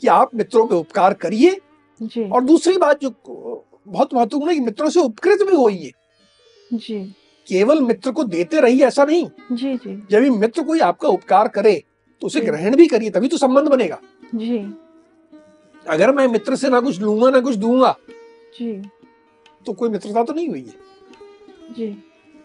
Speaker 2: कि आप मित्रों पे उपकार करिए
Speaker 1: जी
Speaker 2: और दूसरी बात जो बहुत महत्वपूर्ण है कि मित्रों से उपकृत भी होइए
Speaker 1: जी
Speaker 2: केवल मित्र को देते रहिए ऐसा नहीं
Speaker 1: जी जी
Speaker 2: जब भी मित्र कोई आपका उपकार करे तो उसे
Speaker 1: जी।
Speaker 2: ग्रहण भी करिए तभी तो संबंध बनेगा
Speaker 1: जी
Speaker 2: अगर मैं मित्र से ना कुछ लूंगा ना कुछ दूंगा
Speaker 1: जी
Speaker 2: तो कोई मित्रता तो नहीं हुई है
Speaker 1: जी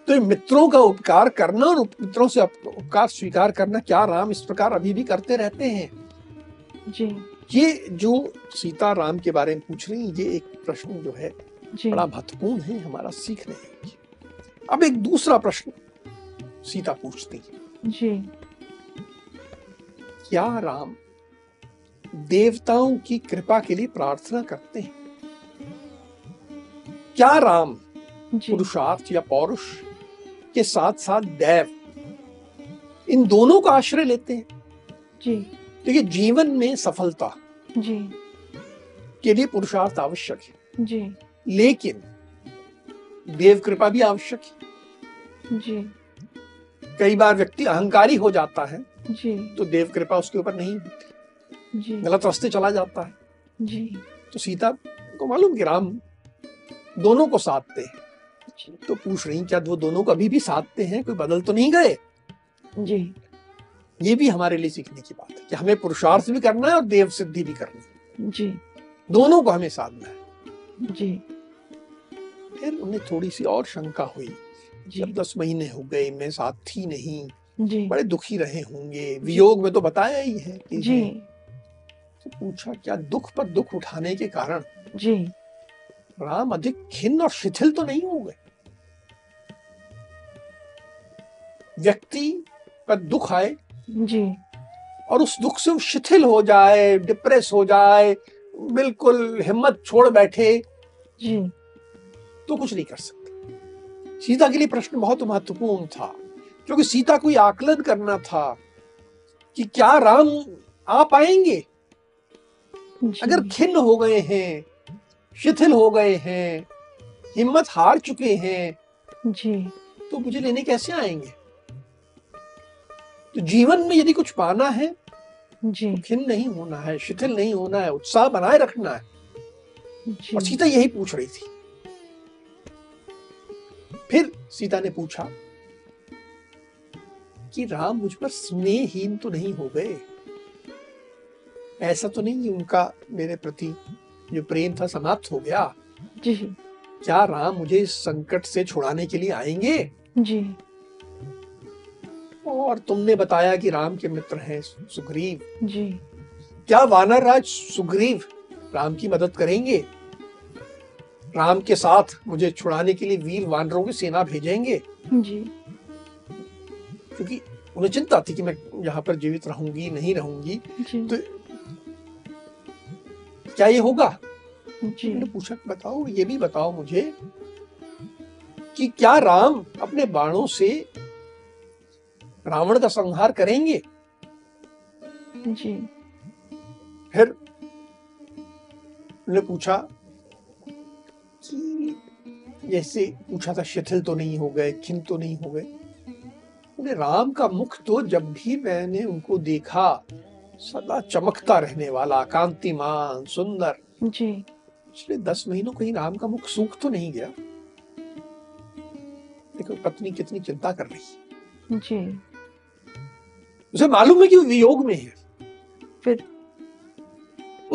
Speaker 2: तो ये मित्रों का उपकार करना और उप- मित्रों से अप- उपकार स्वीकार करना क्या राम इस प्रकार अभी भी करते रहते हैं
Speaker 1: जी
Speaker 2: ये जो सीता राम के बारे में पूछ रही हैं, ये एक प्रश्न जो है
Speaker 1: जी
Speaker 2: बड़ा महत्वपूर्ण है हमारा सीखने के लिए अब एक दूसरा प्रश्न सीता पूछती है
Speaker 1: जी
Speaker 2: क्या राम देवताओं की कृपा के लिए प्रार्थना करते हैं क्या राम
Speaker 1: जी
Speaker 2: पुरुषार्थ या पौरुष के साथ साथ दैव इन दोनों का आश्रय लेते हैं
Speaker 1: जी
Speaker 2: देखिए जीवन में सफलता
Speaker 1: जी
Speaker 2: के लिए पुरुषार्थ आवश्यक है
Speaker 1: जी
Speaker 2: लेकिन देव कृपा भी आवश्यक है
Speaker 1: जी
Speaker 2: कई बार व्यक्ति अहंकारी हो जाता है
Speaker 1: जी
Speaker 2: तो देव कृपा उसके ऊपर नहीं होती
Speaker 1: जी
Speaker 2: गलत रास्ते चला जाता है
Speaker 1: जी
Speaker 2: तो सीता को मालूम कि राम दोनों को साधते हैं
Speaker 1: जी
Speaker 2: तो पूछ रही क्या वो दोनों को अभी भी साधते हैं कोई बदल तो नहीं गए
Speaker 1: जी
Speaker 2: ये भी हमारे लिए सीखने की बात है कि हमें पुरुषार्थ भी करना है और देव सिद्धि भी करनी है
Speaker 1: जी
Speaker 2: दोनों को हमें साधना है
Speaker 1: जी
Speaker 2: फिर उन्हें थोड़ी सी और शंका हुई जब
Speaker 1: जी
Speaker 2: दस महीने हो गए मैं साथी नहीं
Speaker 1: जी
Speaker 2: बड़े दुखी रहे होंगे वियोग में तो बताया ही है कि
Speaker 1: जी
Speaker 2: हैं। से पूछा क्या दुख पर दुख उठाने के कारण
Speaker 1: जी
Speaker 2: राम अधिक खिन्न और शिथिल तो नहीं हो गए व्यक्ति पर दुख आए
Speaker 1: जी
Speaker 2: और उस दुख से वो शिथिल हो जाए डिप्रेस हो जाए बिल्कुल हिम्मत छोड़ बैठे
Speaker 1: जी
Speaker 2: तो कुछ नहीं कर सकते सीता के लिए प्रश्न बहुत महत्वपूर्ण था क्योंकि सीता को ये आकलन करना था कि क्या राम आ पाएंगे
Speaker 1: जी,
Speaker 2: अगर खिन्न हो गए हैं शिथिल हो गए हैं हिम्मत हार चुके हैं
Speaker 1: जी
Speaker 2: तो मुझे लेने कैसे आएंगे तो जीवन में यदि कुछ पाना है
Speaker 1: जी
Speaker 2: खिन्न नहीं होना है शिथिल नहीं होना है उत्साह बनाए रखना है और
Speaker 1: जी
Speaker 2: सीता यही पूछ रही थी फिर सीता ने पूछा कि राम मुझ पर स्नेहहीन तो नहीं हो गए ऐसा तो नहीं कि उनका मेरे प्रति जो प्रेम था समाप्त हो गया
Speaker 1: जी
Speaker 2: क्या राम मुझे इस संकट से छुड़ाने के लिए आएंगे
Speaker 1: जी
Speaker 2: और तुमने बताया कि राम के मित्र हैं सुग्रीव
Speaker 1: जी
Speaker 2: क्या वानर राज सुग्रीव राम की मदद करेंगे राम के साथ मुझे छुड़ाने के लिए वीर वानरों की सेना भेजेंगे
Speaker 1: जी
Speaker 2: क्योंकि उन्हें चिंता थी कि मैं यहाँ पर जीवित रहूंगी नहीं रहूंगी
Speaker 1: जी
Speaker 2: तो क्या ये होगा
Speaker 1: जी
Speaker 2: मैंने पूछा कि बताओ ये भी बताओ मुझे कि क्या राम अपने बाणों से रावण का संहार करेंगे
Speaker 1: जी
Speaker 2: फिर उन्होंने पूछा कि जैसे पूछा था शिथिल तो नहीं हो गए खिन तो नहीं हो गए बोले राम का मुख तो जब भी मैंने उनको देखा सदा चमकता रहने वाला कांतिमान सुंदर
Speaker 1: जी
Speaker 2: पिछले दस महीनों कहीं राम का मुख सूख तो नहीं गया देखो पत्नी कितनी चिंता कर रही है
Speaker 1: जी
Speaker 2: उसे मालूम है कि वो वियोग में है
Speaker 1: फिर-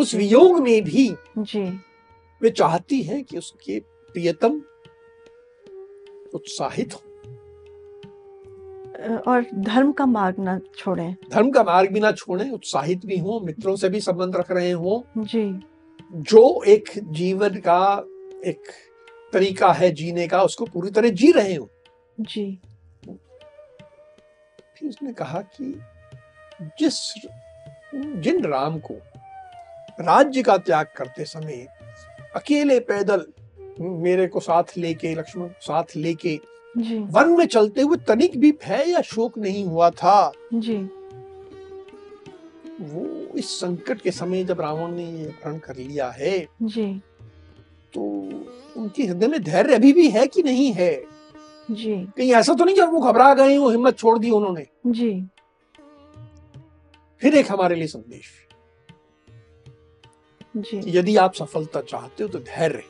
Speaker 2: उस वियोग में भी
Speaker 1: जी
Speaker 2: वे चाहती है कि उसके प्रियतम उत्साहित हो
Speaker 1: और धर्म का मार्ग ना छोड़ें
Speaker 2: धर्म का मार्ग भी ना छोड़ें उत्साहित भी हो मित्रों से भी संबंध रख रहे हों
Speaker 1: जी
Speaker 2: जो एक जीवन का एक तरीका है जीने का उसको पूरी तरह जी रहे हो
Speaker 1: जी
Speaker 2: फिर उसने कहा कि जिस जिन राम को राज्य का त्याग करते समय अकेले पैदल मेरे को साथ लेके लक्ष्मण को साथ लेके
Speaker 1: जी
Speaker 2: वन में चलते हुए तनिक भी भय या शोक नहीं हुआ था
Speaker 1: जी
Speaker 2: वो इस संकट के समय जब रावण ने ये ग्रहण कर लिया है
Speaker 1: जी
Speaker 2: तो उनके हृदय में धैर्य अभी भी है कि नहीं है
Speaker 1: जी
Speaker 2: कहीं ऐसा तो नहीं कि अब वो घबरा गए वो हिम्मत छोड़ दी उन्होंने
Speaker 1: जी
Speaker 2: फिर एक हमारे लिए संदेश
Speaker 1: जी
Speaker 2: कि यदि आप सफलता चाहते हो तो धैर्य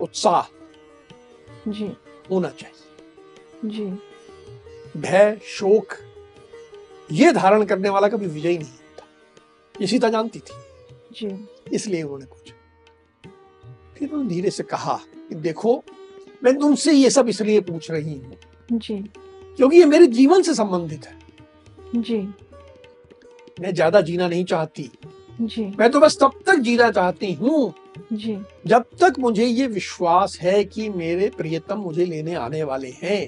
Speaker 2: उत्साह
Speaker 1: जी
Speaker 2: होना चाहिए
Speaker 1: जी
Speaker 2: भय शोक ये धारण करने वाला कभी विजयी नहीं होता ये सीता जानती थी
Speaker 1: जी
Speaker 2: इसलिए उन्होंने कुछ फिर उन्होंने धीरे से कहा कि देखो मैं तुमसे ये सब इसलिए पूछ रही हूँ
Speaker 1: जी
Speaker 2: क्योंकि ये मेरे जीवन से संबंधित है
Speaker 1: जी
Speaker 2: मैं ज्यादा जीना नहीं चाहती
Speaker 1: जी
Speaker 2: मैं तो बस तब तक जीना चाहती हूँ
Speaker 1: जी
Speaker 2: जब तक मुझे ये विश्वास है कि मेरे प्रियतम मुझे लेने आने वाले हैं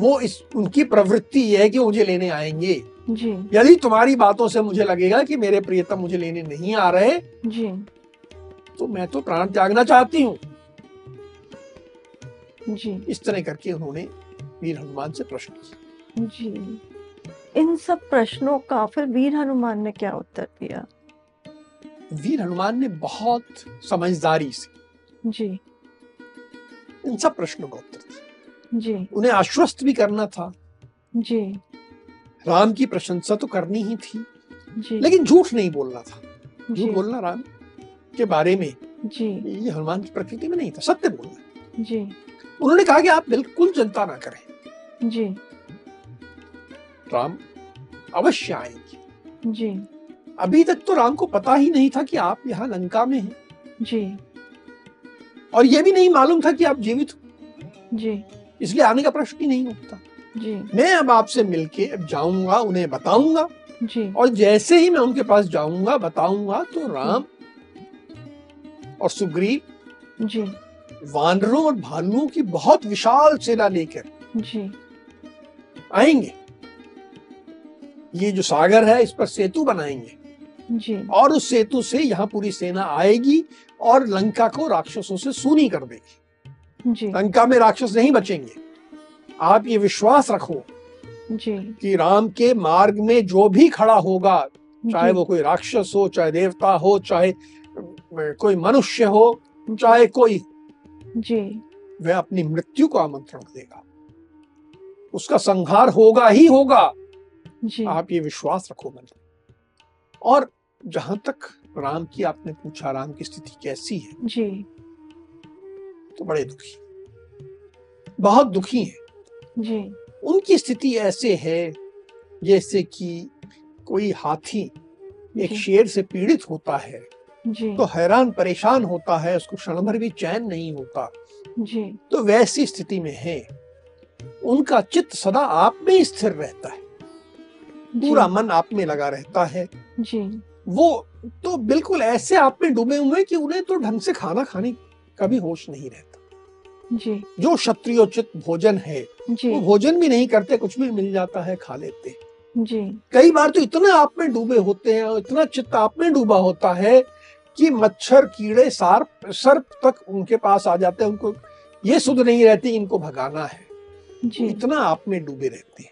Speaker 2: वो इस उनकी प्रवृत्ति ये है कि मुझे लेने आएंगे
Speaker 1: जी
Speaker 2: यदि तुम्हारी बातों से मुझे लगेगा कि मेरे प्रियतम मुझे लेने नहीं आ रहे
Speaker 1: जी
Speaker 2: तो मैं तो प्राण त्यागना चाहती हूँ
Speaker 1: जी
Speaker 2: इस तरह करके उन्होंने वीर हनुमान से प्रश्न किया
Speaker 1: जी इन सब प्रश्नों का फिर वीर हनुमान ने क्या उत्तर दिया
Speaker 2: वीर हनुमान ने बहुत समझदारी से
Speaker 1: जी
Speaker 2: इन सब प्रश्नों का उत्तर दिया
Speaker 1: जी
Speaker 2: उन्हें आश्वस्त भी करना था
Speaker 1: जी
Speaker 2: राम की प्रशंसा तो करनी ही थी
Speaker 1: जी
Speaker 2: लेकिन झूठ नहीं बोलना था
Speaker 1: जी
Speaker 2: झूठ बोलना राम के बारे में
Speaker 1: जी
Speaker 2: ये हनुमान की प्रकृति में नहीं था सत्य बोलना
Speaker 1: जी
Speaker 2: उन्होंने कहा कि आप बिल्कुल चिंता ना करें
Speaker 1: जी
Speaker 2: राम अवश्य आएंगे
Speaker 1: जी
Speaker 2: अभी तक तो राम को पता ही नहीं था कि आप यहाँ लंका में हैं
Speaker 1: जी
Speaker 2: और ये भी नहीं मालूम था कि आप जीवित हो
Speaker 1: जी
Speaker 2: इसलिए आने का प्रश्न ही नहीं उठता
Speaker 1: जी
Speaker 2: मैं अब आपसे मिलके अब जाऊंगा उन्हें बताऊंगा
Speaker 1: जी
Speaker 2: और जैसे ही मैं उनके पास जाऊंगा बताऊंगा तो राम और सुग्रीव
Speaker 1: जी
Speaker 2: वानरों और भालुओं की बहुत विशाल सेना लेकर
Speaker 1: जी
Speaker 2: आएंगे ये जो सागर है इस पर सेतु बनाएंगे
Speaker 1: जी
Speaker 2: और उस सेतु से यहाँ पूरी सेना आएगी और लंका को राक्षसों से सूनी कर देगी
Speaker 1: जी
Speaker 2: लंका में राक्षस नहीं बचेंगे आप ये विश्वास रखो
Speaker 1: जी
Speaker 2: कि राम के मार्ग में जो भी खड़ा होगा चाहे
Speaker 1: जी,
Speaker 2: वो कोई राक्षस हो चाहे देवता हो चाहे अ, कोई मनुष्य हो चाहे कोई
Speaker 1: जी
Speaker 2: वह अपनी मृत्यु को आमंत्रण देगा उसका संहार होगा ही होगा
Speaker 1: जी
Speaker 2: आप ये विश्वास रखो मन में। और जहां तक राम की आपने पूछा राम की स्थिति कैसी है
Speaker 1: जी
Speaker 2: तो बड़े दुखी हैं। बहुत दुखी हैं
Speaker 1: जी
Speaker 2: उनकी स्थिति ऐसे है जैसे कि कोई हाथी एक
Speaker 1: जी,
Speaker 2: शेर से पीड़ित होता है
Speaker 1: जी
Speaker 2: तो हैरान परेशान होता है उसको क्षण भर भी चैन नहीं होता
Speaker 1: जी
Speaker 2: तो वैसी स्थिति में है उनका चित्त सदा आप में ही स्थिर रहता है पूरा मन आप में लगा रहता है
Speaker 1: जी
Speaker 2: वो तो बिल्कुल ऐसे आप में डूबे हुए हैं कि उन्हें तो ढंग से खाना खाने का भी होश नहीं रहता
Speaker 1: जी
Speaker 2: जो क्षत्रियोचित भोजन है
Speaker 1: जी
Speaker 2: वो भोजन भी नहीं करते कुछ भी मिल जाता है खा लेते हैं
Speaker 1: जी
Speaker 2: कई बार तो इतना आप में डूबे होते हैं और इतना चित्त आप में डूबा होता है कि मच्छर कीड़े सार्प सर्प तक उनके पास आ जाते हैं उनको ये सुध नहीं रहती कि इनको भगाना है
Speaker 1: जी
Speaker 2: इतना आप में डूबे रहते हैं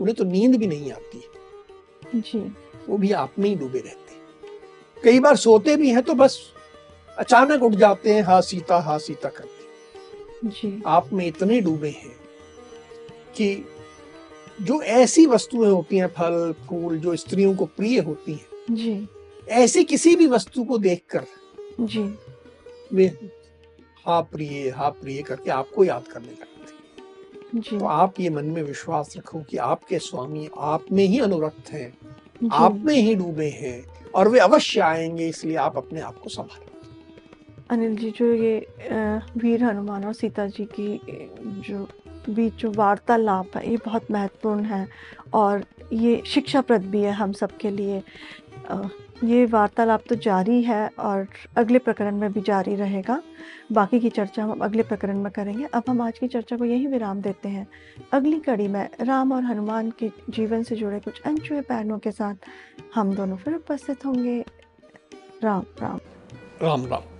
Speaker 2: उन्हें तो नींद भी नहीं आती है,
Speaker 1: जी
Speaker 2: वो भी आप में ही डूबे रहते हैं कई बार सोते भी हैं तो बस अचानक उठ जाते हैं हा सीता हा सीता करते
Speaker 1: जी
Speaker 2: आप में इतने डूबे हैं कि जो ऐसी वस्तुएं होती हैं फल फूल जो स्त्रियों को प्रिय होती हैं
Speaker 1: जी
Speaker 2: ऐसी किसी भी वस्तु को देखकर
Speaker 1: जी
Speaker 2: वे हा प्रिय हा प्रिय करके आपको याद करने लगते हैं।
Speaker 1: जी
Speaker 2: तो आप ये मन में विश्वास रखो कि आपके स्वामी आप में ही अनुरक्त हैं
Speaker 1: जी,
Speaker 2: तो आप में ही डूबे हैं और वे अवश्य आएंगे इसलिए आप अपने आप को संभालें
Speaker 1: अनिल जी जो ये अ, वीर हनुमान और सीता जी की अ, जो बीच जो वार्तालाप है ये बहुत महत्वपूर्ण है और ये शिक्षाप्रद भी है हम सब के लिए अ, ये वार्तालाप तो जारी है और अगले प्रकरण में भी जारी रहेगा बाकी की चर्चा हम अगले प्रकरण में करेंगे अब हम आज की चर्चा को यहीं विराम देते हैं अगली कड़ी में राम और हनुमान के जीवन से जुड़े कुछ अनछुए पहलुओं के साथ हम दोनों फिर उपस्थित होंगे राम राम
Speaker 2: राम राम